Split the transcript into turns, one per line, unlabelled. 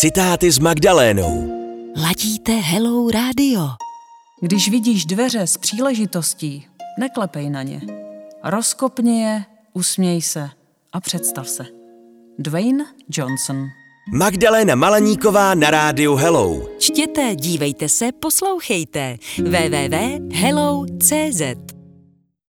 Citáty s Magdalénou.
Ladíte Hello Radio.
Když vidíš dveře s příležitostí, neklepej na ně. Rozkopni je, usměj se a představ se. Dwayne Johnson.
Magdaléna Malaníková na rádiu Hello.
Čtěte, dívejte se, poslouchejte. www.hello.cz